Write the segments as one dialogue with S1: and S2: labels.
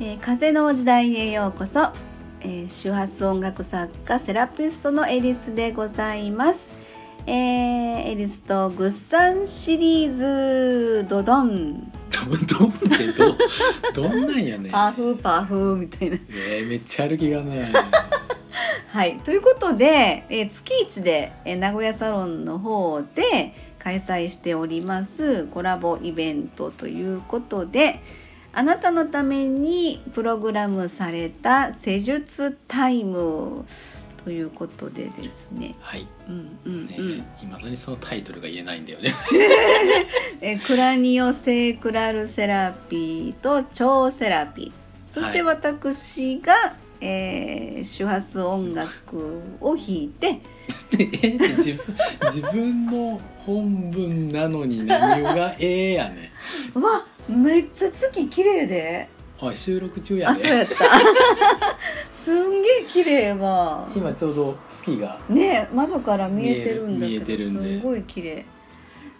S1: えー風の時代へようこそ、えー周波数音楽作家セラピストのエリスでございます、えーエリスとグッサンシリーズドドン
S2: どんってどどんなんやねん
S1: パフパフみたいな
S2: えーめっちゃ歩きがね
S1: はい、ということで、えー月1で、えー名古屋サロンの方で開催しておりますコラボイベントということであなたのためにプログラムされた施術タイムということでですね、
S2: はい、
S1: うんうん
S2: ね
S1: うん
S2: いまだにそのタイトルが言えないんだよね
S1: えークラニオセクラルセラピーと超セラピーそして
S2: は
S1: 私が、えー周波数音楽を弾いて
S2: えー自分自分の本文なのに何がええやね
S1: うわめっちゃ月綺麗で、
S2: んおい収録中や
S1: あそう
S2: ね
S1: やった すんげえ綺麗わ
S2: 今ちょうど月が、
S1: ね窓から見えてるんだ
S2: 見え
S1: け
S2: て
S1: ど
S2: るんです
S1: ごい綺麗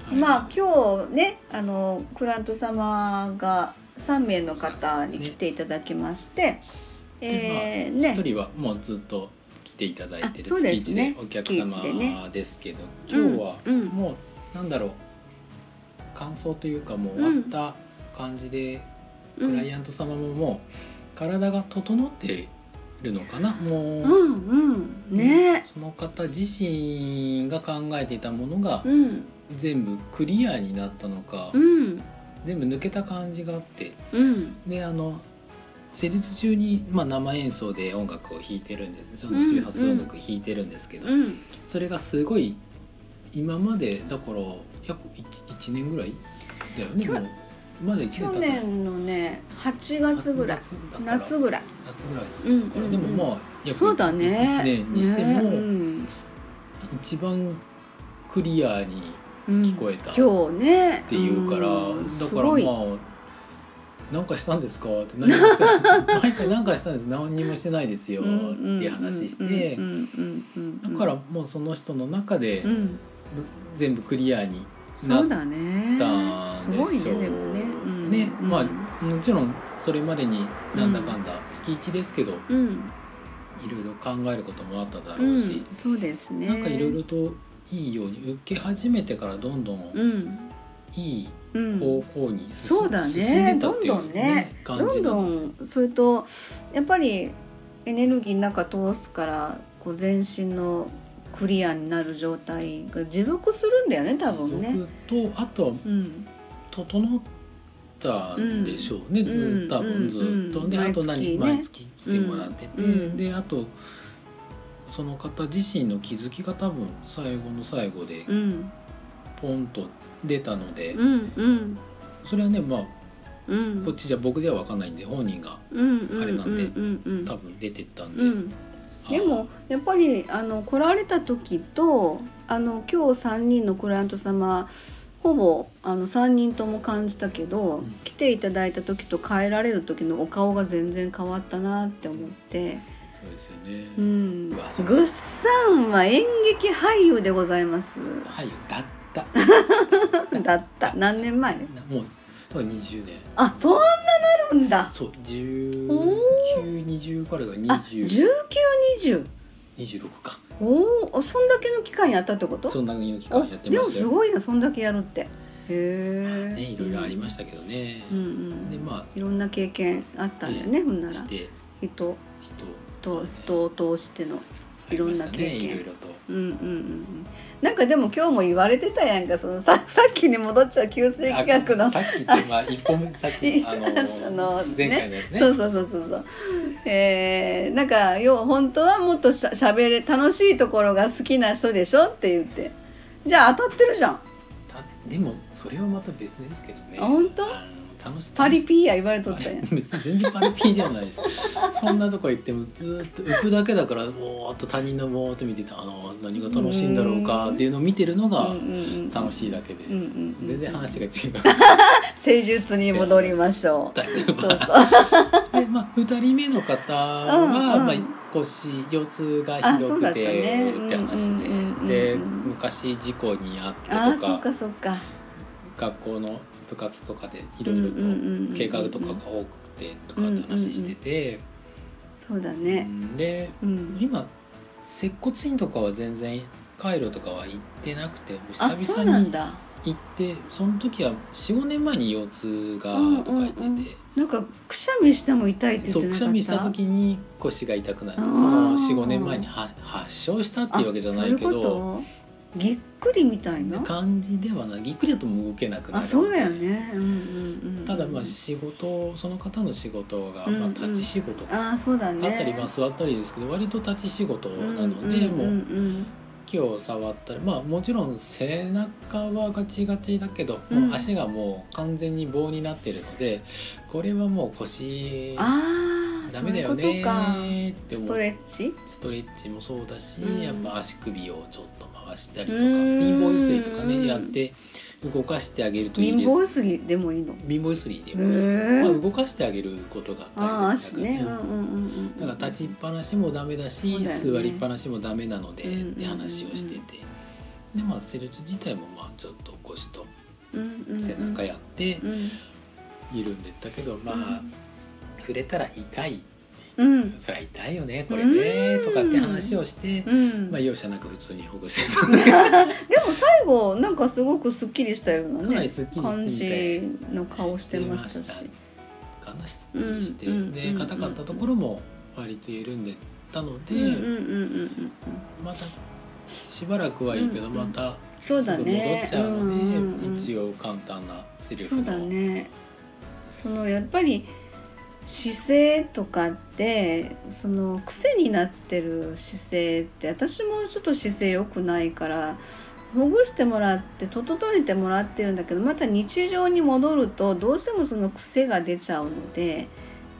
S2: はい
S1: まあ今日ねあのクラント様が3名の方に来ていただきまして、え
S2: で
S1: ー
S2: まあ、一
S1: ね
S2: 人はもうずっと来ていただいてる
S1: あそう
S2: 月
S1: です
S2: 一
S1: ね
S2: でお客
S1: 月一でね
S2: 様ですけど、今日は
S1: うんうん
S2: もうなんだろう感想というかもう終わった感じで、クライアント様ももう体が整っているのかなもう、
S1: うんうんね
S2: その方自身が考えていたものが
S1: うん
S2: 全部クリアになったのか、
S1: うん
S2: 全部抜けた感じがあって
S1: うん
S2: であの施術中に、まあ、生演奏で音楽を弾いてるんですその
S1: うん
S2: 周波数音楽弾いてるんですけど、
S1: うん
S2: それがすごい今までだから約 1, 1年ぐらいだよね
S1: 去
S2: もうまだ1
S1: 去
S2: 年経った
S1: 年のね8月ぐらい夏
S2: 夏
S1: ぐらい、
S2: 夏ぐらい
S1: うんうんうん
S2: でもまあ約
S1: そうだね。
S2: 1年にしても、
S1: ねうん
S2: 一番クリアに
S1: うん
S2: 聞こえたっ
S1: 今日ね。
S2: ていうから、
S1: うん
S2: だ
S1: す
S2: から
S1: ごい
S2: まあ「なんかしたんですか?」って「何もしてない 毎回何かしたんです何にもしてないですよ」って話して
S1: うんうんうんう
S2: だ
S1: んうん
S2: からもうその人の中で
S1: うん、
S2: 全部クリアに
S1: そうだね。
S2: なった
S1: す
S2: んでしょう
S1: ごいねでもね。うん、
S2: ねまあ
S1: うん
S2: もちろんそれまでになんだかんだ月1ですけど
S1: うん、
S2: いろいろ考えることもあっただ
S1: う
S2: ろうし
S1: ん、、そうですね。
S2: なんかいろいろといいように受け始めてからどんどん
S1: うん、
S2: いい
S1: うん。
S2: 方向に進
S1: そうだね
S2: 進んでたっていう
S1: どんどんね
S2: 感じ
S1: どんど
S2: ん
S1: んそれとやっぱりエネルギーの中通すからこう全身のクリアになる状態が持続するんだよね多分ね。
S2: とあとは
S1: うん、
S2: 整ったんでしょうね、
S1: ん
S2: ずーっと多
S1: うん
S2: 分ずーっと、
S1: うん
S2: であと何
S1: 毎
S2: 毎
S1: 月
S2: 月来てもらってて、
S1: うん
S2: であとその方自身の気づきが多分最後の最後で
S1: うん、
S2: ポンと出たので、
S1: うん、うん、
S2: それはねまあ
S1: うん、
S2: こっちじゃ僕では分かんないんで本人が
S1: うん、うん、
S2: あれなんで
S1: うん、うん、
S2: 多分出てったんで、
S1: うん。でもやっぱりあの来られた時とあの今日3人のクライアント様ほぼあの3人とも感じたけど、
S2: うん
S1: 来ていただいた時と帰られる時のお顔が全然変わったなって思って、
S2: あーそうですよね、
S1: うん、グ
S2: うわそう
S1: ッサンは演劇俳優でございます。
S2: はい だった
S1: だ った何年前
S2: なもう多分20年
S1: あそんななるんだ
S2: そう
S1: お
S2: 1920からが
S1: あ1920
S2: 2026か
S1: おおそんだけの期間やったってこと
S2: そんなの期間やって
S1: で
S2: ま
S1: も
S2: した
S1: す
S2: よ
S1: ごいなそんだけやるってへえ、
S2: ねいろいろありましたけどね、
S1: うんうん、
S2: でま
S1: いろんな経験あったんだよね、ほんな
S2: あ
S1: ら
S2: して
S1: 人
S2: 人
S1: と人を通しての
S2: ありました
S1: いろんな経
S2: ね
S1: 験
S2: いろいろと
S1: うんうんうんうんなんかでも今日も言われてたやんかそのさ さっきに戻っちゃう旧世紀学の
S2: あさっきってまあ一 個目さっきあの
S1: あのね
S2: 前回のやつね
S1: そうそうそうそうそうえー、なんか要は本当はもっとしゃしゃべれ楽しいところが好きな人でしょって言ってじゃあ当たってるじゃん
S2: たでもそれはまた別ですけどね
S1: あ本当
S2: あの楽し
S1: パリ
S2: ー
S1: ピーや言われとったやん
S2: 全然パリピーじゃないですそんなとこ行ってもずーっと浮くだけだからぼーっと他人のぼーっと見ててあの何が楽しいんだろうかっていうのを見てるのが楽しいだけで、
S1: うんうんうん
S2: 全然話が違う
S1: 施術に戻りましょ
S2: だけ
S1: う そう
S2: ど
S1: そう
S2: で、まあ、2人目の方は、
S1: うんうん
S2: まあ、腰腰痛がひど
S1: あ
S2: くて
S1: そう
S2: って
S1: だったね
S2: 話
S1: うんうんうんうん
S2: でで昔事故に遭って
S1: ああ
S2: と
S1: そっ
S2: か
S1: かそっか
S2: 学校の部活とかでい
S1: い
S2: ろいろと
S1: と
S2: 計画とかが多くってとかって話してて、
S1: そうだね。
S2: うんで
S1: うん。
S2: 今接骨院とかは全然カイロとかは行ってなくてもう
S1: あ
S2: 久、
S1: そう
S2: 々
S1: な
S2: に
S1: んだ。
S2: 行ってその時は45年前に腰痛がとか言ってて、
S1: うんうんなんかくしゃみしても痛いって言っ
S2: そ
S1: て
S2: う
S1: なかっ
S2: く
S1: た。
S2: しゃみした時に腰が痛くなって
S1: あ
S2: そ
S1: ー
S2: の45年前に発発症したっていうわけじゃないけ
S1: あそういうこ
S2: ど
S1: とぎっくりみたいな。
S2: 感じではないぎっくりだともう動けなくなる
S1: あ、そうだよね。うんうんうん。
S2: ただまあ仕事その方の仕事が、
S1: うんうん
S2: まあ、立ち仕事、
S1: あー、そうだね。
S2: 立ったりまあ座ったりですけど割と立ち仕事
S1: うん
S2: なので、
S1: うんう
S2: もうん木を触ったりまあもちろん背中はガチガチだけど、
S1: うん
S2: もう足がもう完全に棒になってるのでこれはもう
S1: う
S2: 腰
S1: んああ、
S2: ダメだよ
S1: そういうことか。
S2: ねーって
S1: ス
S2: 思っ
S1: ト
S2: て
S1: レッチ。
S2: ストレッチもそうだし、
S1: うん
S2: やっぱ足首をちょっと回したりと
S1: う
S2: か
S1: ん
S2: 貧乏ゆすりとか
S1: うん
S2: ねやって動かしてあげるといい
S1: 貧
S2: です
S1: 乏すぎでもいいの。へ
S2: 貧乏ゆすりで
S1: え
S2: も、まあ、動かしてあげることが
S1: ああ、
S2: 大
S1: 足
S2: 切だから
S1: ね。
S2: ね
S1: うんうんうんうん。
S2: だから立ちっぱなしもダメだ
S1: そ
S2: し
S1: うだよね
S2: 座りっぱなしもダメなので
S1: うん
S2: って話をしてて、でまあ施術自体もまあちょっと腰と
S1: うんうんうん
S2: 背中やって
S1: うん
S2: 緩んでったけど、まあ触れたら痛い、
S1: うん
S2: そりゃ痛いよねこれね
S1: うん
S2: とかって話をして
S1: う、ん。
S2: まあ
S1: でも
S2: 容赦なく普通に保護してた んで
S1: 最後なんかすごくすっきりしたような
S2: かなり
S1: ね
S2: すっきり
S1: 感
S2: して
S1: じの顔してました
S2: してまし
S1: し。
S2: かなすっきりして、
S1: うんうんうんう
S2: で
S1: ん
S2: 硬かったところも割と緩んでたので、
S1: うんうんうんうんうん。
S2: またしばらくはいいけど、
S1: うんうん
S2: また
S1: そうだね。
S2: すぐ戻っちゃうので、
S1: んうんうん
S2: 一応簡単なセリフ
S1: そうだね。そのやっぱり姿勢とかってその癖になってる姿勢って私もちょっと姿勢良くないからほぐしてもらって整えてもらってるんだけどまた日常に戻るとどうしてもその癖が出ちゃうので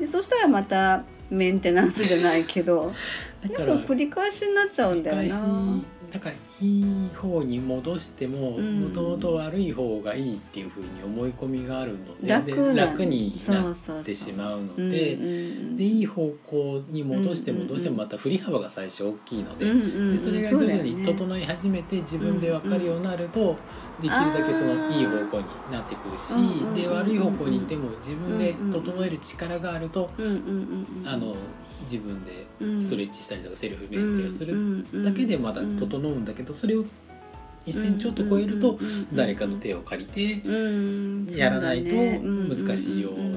S1: でそしたらまたメンテナンスじゃないけど
S2: だ
S1: な
S2: か
S1: んから繰り返しになっちゃうんだよな。
S2: だからいい方に戻しても
S1: うん
S2: もともと悪い方がいいっていうふうに思い込みがあるので
S1: 楽
S2: で
S1: な
S2: 楽になっ
S1: って
S2: しまうので。で
S1: で
S2: いい方向に戻して
S1: うんうんうん
S2: もどうしてもまた振り幅が最初大きいので,、でそれが
S1: そう
S2: 徐
S1: だ
S2: 々
S1: よ
S2: に
S1: ね
S2: 整い始めて自分で分かるようになるとできるだけそのいい方向になってくるし、
S1: うんうんうんうん
S2: で悪い方向に行っても自分で整える力があると、
S1: うんうんうんうん
S2: あの自分で
S1: うん
S2: ストレッチしたりとかセルフメ
S1: う
S2: ン
S1: ん
S2: テをするだけでまだ整うんだけどそれを一
S1: うん
S2: 線ちょっと超える
S1: う
S2: と
S1: んうんうん
S2: 誰かの手を借りてっ
S1: うん
S2: やらないと
S1: そうだねうん
S2: 難しいよ
S1: うん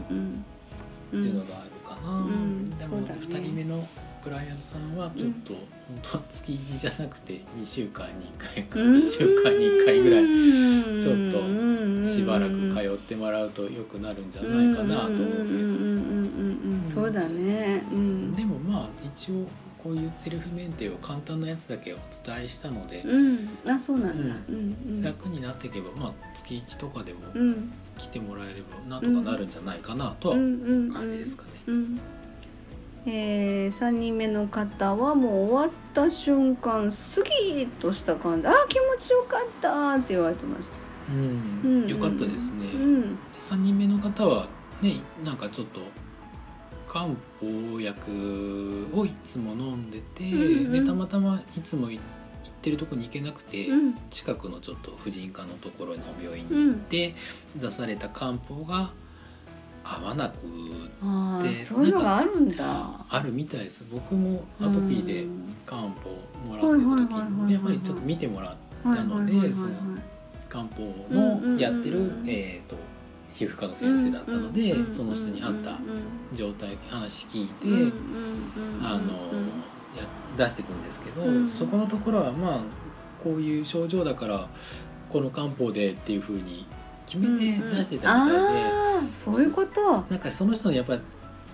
S1: う
S2: ていうんのがあるかな。
S1: ん
S2: で
S1: そ
S2: も
S1: うだね
S2: 2人目のクライアントさんはちょっと、本当は月1じゃなくて2週間に1回か
S1: うん
S2: 1週間に1回ぐらいちょ
S1: っ
S2: しばらく通ってもらうと良くなるんじゃないかなと
S1: う
S2: 思
S1: んうんうん
S2: う
S1: うんうんうんそうだねう
S2: けど
S1: ん
S2: でもまあ一応こういうセルフメンテを簡単なやつだけお伝えしたので、
S1: うんあそうなんだうんうん
S2: 楽になっていけば、まあ、月1とかでも
S1: うん
S2: 来てもらえればなんとかなるんじゃないかなとは
S1: うんうんうん
S2: 感じですかね。
S1: うんえー、3人目の方はもう終わった瞬間すぎとした感じ「あー気持ちよかった」って言われてました。
S2: うん
S1: うん
S2: よかったですね。
S1: うん
S2: 3人目の方はねなんかちょっと漢方薬をいつも飲んでて、
S1: うんうん
S2: でたまたまいつもい行ってるとこに行けなくて、
S1: うん
S2: 近くのちょっと婦人科のところの病院に行って、出された漢方が合わなく
S1: ああ
S2: で
S1: そういうのがあるんだ。
S2: あるみたいです僕もアトピーで
S1: うん
S2: 漢方もらってた時
S1: はいはいはいはいはい
S2: にやっぱりちょっと見てもらっ
S1: はいはいはいはいはい
S2: なのでその漢方のやってる、
S1: うんうんうん
S2: えー、と皮膚科の先生だったので、
S1: うんうんうん
S2: その人に合っ
S1: う
S2: た
S1: ん
S2: 状態話聞いて、
S1: うんうんうん
S2: あのや出していくんですけど、
S1: うん
S2: そこのところはまあこういう症状だからこの漢方でっていうふうに決めて出してたみたいで、
S1: ああそういうこと
S2: なんかその人のやっぱり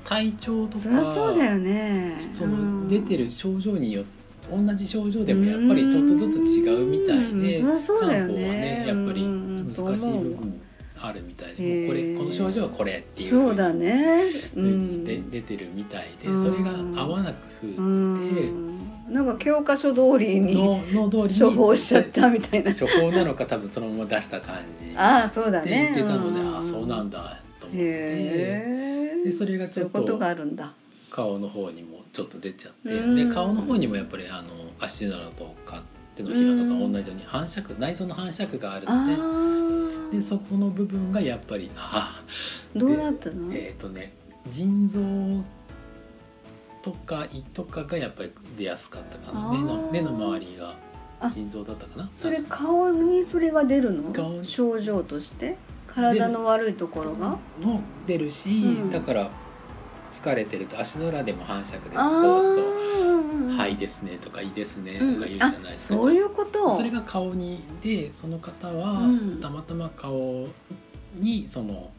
S2: 体調とか
S1: そりゃそうだよね
S2: その出て
S1: る
S2: る症状によって同じ症状でもやっぱりちょっとずつ違うみたいで。
S1: うんそりゃそうだ
S2: 漢
S1: よ
S2: 方はね
S1: ね
S2: やっぱり
S1: うんうん
S2: 難しい部分あるみたいで、もうこ
S1: へ
S2: れ
S1: ー
S2: この症状はこれっていう
S1: そうだねう
S2: 風に
S1: ん
S2: で出てるみたいで、
S1: うん
S2: それが合わなく
S1: う
S2: の
S1: んなんか教科書通りに
S2: の通りに
S1: 処方しちゃったみた いな
S2: 処方なのか多分そのまま出した感じっ
S1: ああそうだ
S2: て
S1: ね
S2: 言ってたので、ああそうなん
S1: だ
S2: だと思って。
S1: へえ
S2: でそれがち
S1: そうい
S2: ょ
S1: う
S2: っ
S1: こと
S2: と
S1: があるんだ
S2: 顔の方にもちょっと出ちゃって、
S1: うん
S2: で顔の方にもやっぱりあの足なのとか手のひらとか同じように反射区内臓の反射区がある
S1: あ
S2: ので
S1: あ
S2: でそこの部分がやっぱりああ
S1: どうなったの
S2: えっ、とね腎臓とか胃とかがやっぱり出やすかったかな
S1: あー
S2: 目の目の周りが
S1: あ
S2: 腎臓だったかな
S1: それ
S2: 確か
S1: 顔にそれが出るの
S2: 顔
S1: 症状として体の悪いところが
S2: も出るし、
S1: うん
S2: だから疲れてると足の裏でも反射区でこ
S1: あ
S2: うすると「
S1: ー
S2: 肺ですね」とか「胃ですね」とか言うじゃないですか。
S1: そういうこと
S2: それが顔にでその方は
S1: うん
S2: たまたま顔にその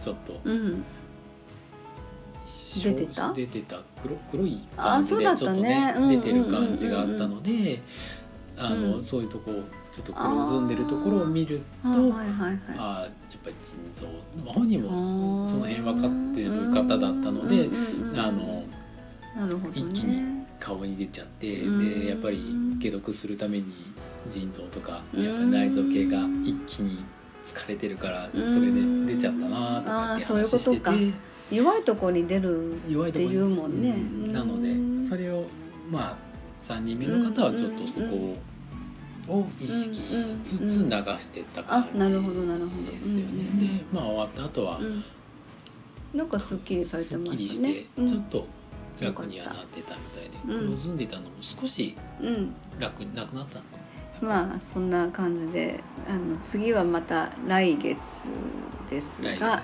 S2: ちょっと
S1: うん出てた
S2: 出てた黒黒い感じでち
S1: あー
S2: ょっ
S1: そうだ
S2: と
S1: ったね
S2: ね
S1: うん
S2: 出てる感じがあったのであ
S1: う
S2: の
S1: ん
S2: そういうとこちょっと黒ずんでるところを見ると
S1: はいはいはいはい
S2: あーやっぱり腎臓まあ本人
S1: そ
S2: もその辺分かってる方だったのであの
S1: なるほど、ね、
S2: 一気に顔に出ちゃって
S1: うん
S2: でやっぱり解毒するために腎臓とかやっぱり内臓系が一気に疲れてるから
S1: うん
S2: それで出ちゃったなとかって
S1: あーそういう
S2: 話
S1: こ
S2: して
S1: と
S2: て
S1: か弱いところに出る
S2: 弱いとこ
S1: っ
S2: ろ
S1: て言うもんね
S2: うなの
S1: うん
S2: でそれをまあ3人目の方はちょっとそこを意識しつつ
S1: うん
S2: 流してった感
S1: あ
S2: じ
S1: なるほどなるほど
S2: ですよ
S1: うん
S2: ね。でまあ終わった後は
S1: うんなんかすっきりされて
S2: すっ
S1: ま
S2: きり
S1: し
S2: した
S1: ね
S2: て
S1: うん
S2: ちょっと楽にはなってたみたいで
S1: うん
S2: 黒ずんでたのも少し
S1: うん
S2: 楽になくなったのかな
S1: まあそんな感じであの次はまた来月です
S2: 来月
S1: が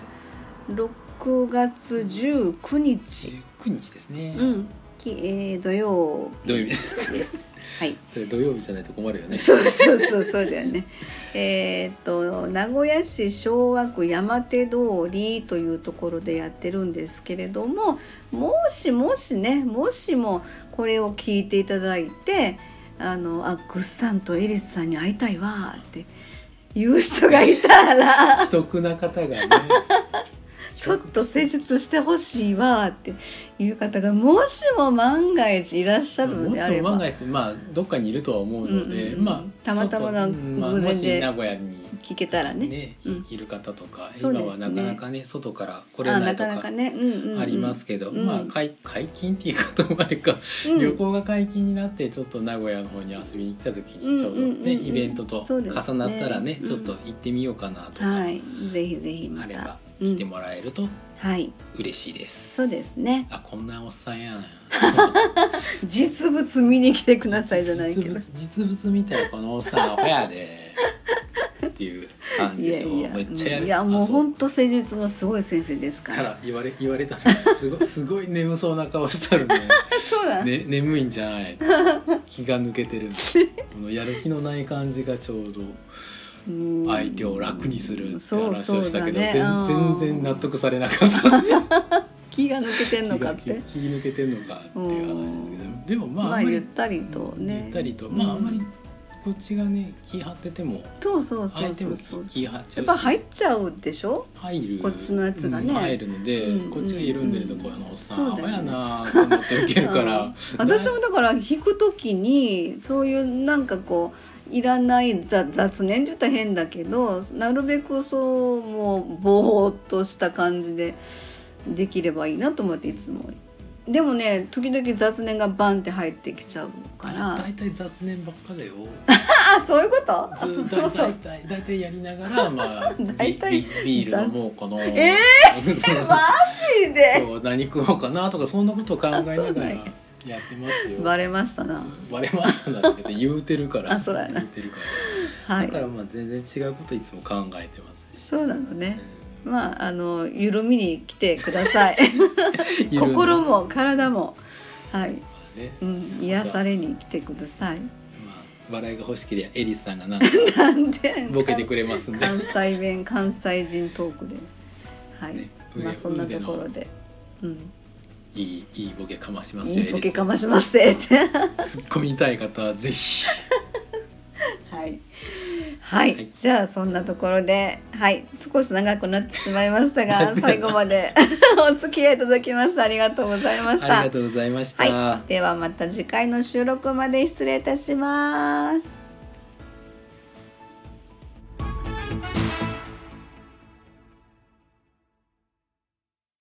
S1: 6月19日、
S2: 19日ですね、
S1: うんきえー土曜
S2: 土曜
S1: 日
S2: 日
S1: です。はい
S2: それ土曜日じゃないと困るよね
S1: そうそうそうそうだよね。えーっと名古屋市昭和区山手通りというところでやってるんですけれどももしもしねもしもこれを聞いていただいてあのあグッさんとエリスさんに会いたいわーっていう人がい たら。
S2: 既得な方がね
S1: ちょっと施術してほしいわーっていう方がもしも万が一いらっしゃるのであれ
S2: まあもしも万
S1: ば
S2: が一まあどっかにいるとは思うので、
S1: うんうんうん
S2: まあ
S1: たまたまの
S2: ちょっとうんまあ
S1: 偶然で
S2: もし名古屋に
S1: 聞けたらね。
S2: ね
S1: うん
S2: いる方とか、
S1: そうです
S2: 今
S1: ね
S2: はなかなかね外から来れ
S1: あ
S2: な
S1: ない
S2: と
S1: か
S2: か
S1: なかね、うんうんうん
S2: ありますけど、
S1: うん
S2: まあ解解禁っていうこともあるか、
S1: うん
S2: 旅行が解禁になってちょっと名古屋の方に遊びに来た時にちょ
S1: うんう
S2: うどね、
S1: んうんうん
S2: イベントと
S1: そう
S2: 重
S1: ですね
S2: なったらね
S1: うん
S2: ちょっと行ってみようかなとか、
S1: はい、ぜひぜひま
S2: あれ
S1: た
S2: ば。来てもらえると
S1: はい、
S2: 嬉しいです。
S1: そうですね。
S2: あこんなおっさんやな。
S1: 実物見に来てくださいじゃないけ
S2: 実
S1: ど
S2: 物。実物みたいなこのおっさんアホやで。っていう感じ
S1: い
S2: で
S1: や
S2: すよ。
S1: いや、
S2: めっちゃや
S1: う
S2: る。
S1: んいやもう
S2: あそう
S1: 本当施術のすごい先生ですか。
S2: からら言われ言われたらすごい すごい眠そうな顔してるね。
S1: そうだ。
S2: ね眠いんじゃない。気が抜け てる。このやる気のない感じがちょうど
S1: うん
S2: 相手を楽にするって話
S1: そう
S2: を
S1: そ
S2: し
S1: うだ
S2: たけど、
S1: ね
S2: 全全然納得されなか った。
S1: うん気が抜けてんのかっ
S2: 気が
S1: て
S2: 気。気抜けてんのかっていう話ですけど、でもまあ
S1: ま
S2: あ
S1: あ
S2: ん
S1: ゆ
S2: まり
S1: ったりとね。
S2: ゆったりと、まああんまり
S1: うん
S2: こっちがね気張ってても
S1: そうそうそ
S2: 相
S1: う
S2: 手
S1: そ
S2: も
S1: う
S2: 気
S1: そう。
S2: 気張っち
S1: や
S2: ゃ
S1: っぱ
S2: う
S1: 入
S2: し
S1: っちゃうでしょ。
S2: 入る
S1: こっちのやつがね
S2: うん入るので、
S1: うんうん
S2: こっちが緩んでるところのおっさん
S1: そう
S2: あ
S1: だ
S2: わ
S1: よ
S2: や
S1: ね
S2: なと思って受けるか
S1: うん
S2: ら
S1: 私もだから弾く時にそういうなんかこういらない雑雑念って言ったら変だけどなるべくそうもうぼーっとした感じでできればいいなと思っていつもでもね時々雑念がバンって入ってきちゃうから
S2: 大体雑念ばっかだよ
S1: あそういうことあそうい
S2: ず
S1: う
S2: だ
S1: こ
S2: い
S1: と
S2: たいだいたいたいやりながらまあ
S1: 大体
S2: ビビビール飲もうかな
S1: え
S2: ー
S1: マジで
S2: 今日何食おうかなとかそんなことを考えながら
S1: あ
S2: や
S1: そ
S2: っ
S1: うなんや
S2: てますよ
S1: バレましたな
S2: 割れましたなんて別に言うてるから
S1: あそうやな
S2: 言うてるから
S1: は
S2: だか
S1: い
S2: らまあ全然違うこといつも考えてますし、
S1: そうなのね
S2: うん
S1: まああの緩みに来てください
S2: いろいろ
S1: 心
S2: ま
S1: も体もはい
S2: あね、
S1: うん、癒されに来てください。
S2: まあ笑いが欲しけりゃエリスさんがなんか
S1: なんで
S2: ボケてくれますんで、
S1: 関西弁関西人トークで、はい、
S2: ね
S1: まあそんなところ
S2: 腕の
S1: で、うん、
S2: いいいいボケかましますよ
S1: いいボケか
S2: エ
S1: まします って
S2: リスさん突っ込みたい方は ぜひ
S1: はい。はい、
S2: はい
S1: じゃあそんなところで、はい、少し長くなってしまいました が、最後まで お付き合いいただきましてありがとうございまし
S2: あり
S1: た
S2: が。とうございました。
S1: はい、ではまた次回の収録まで失礼いたします。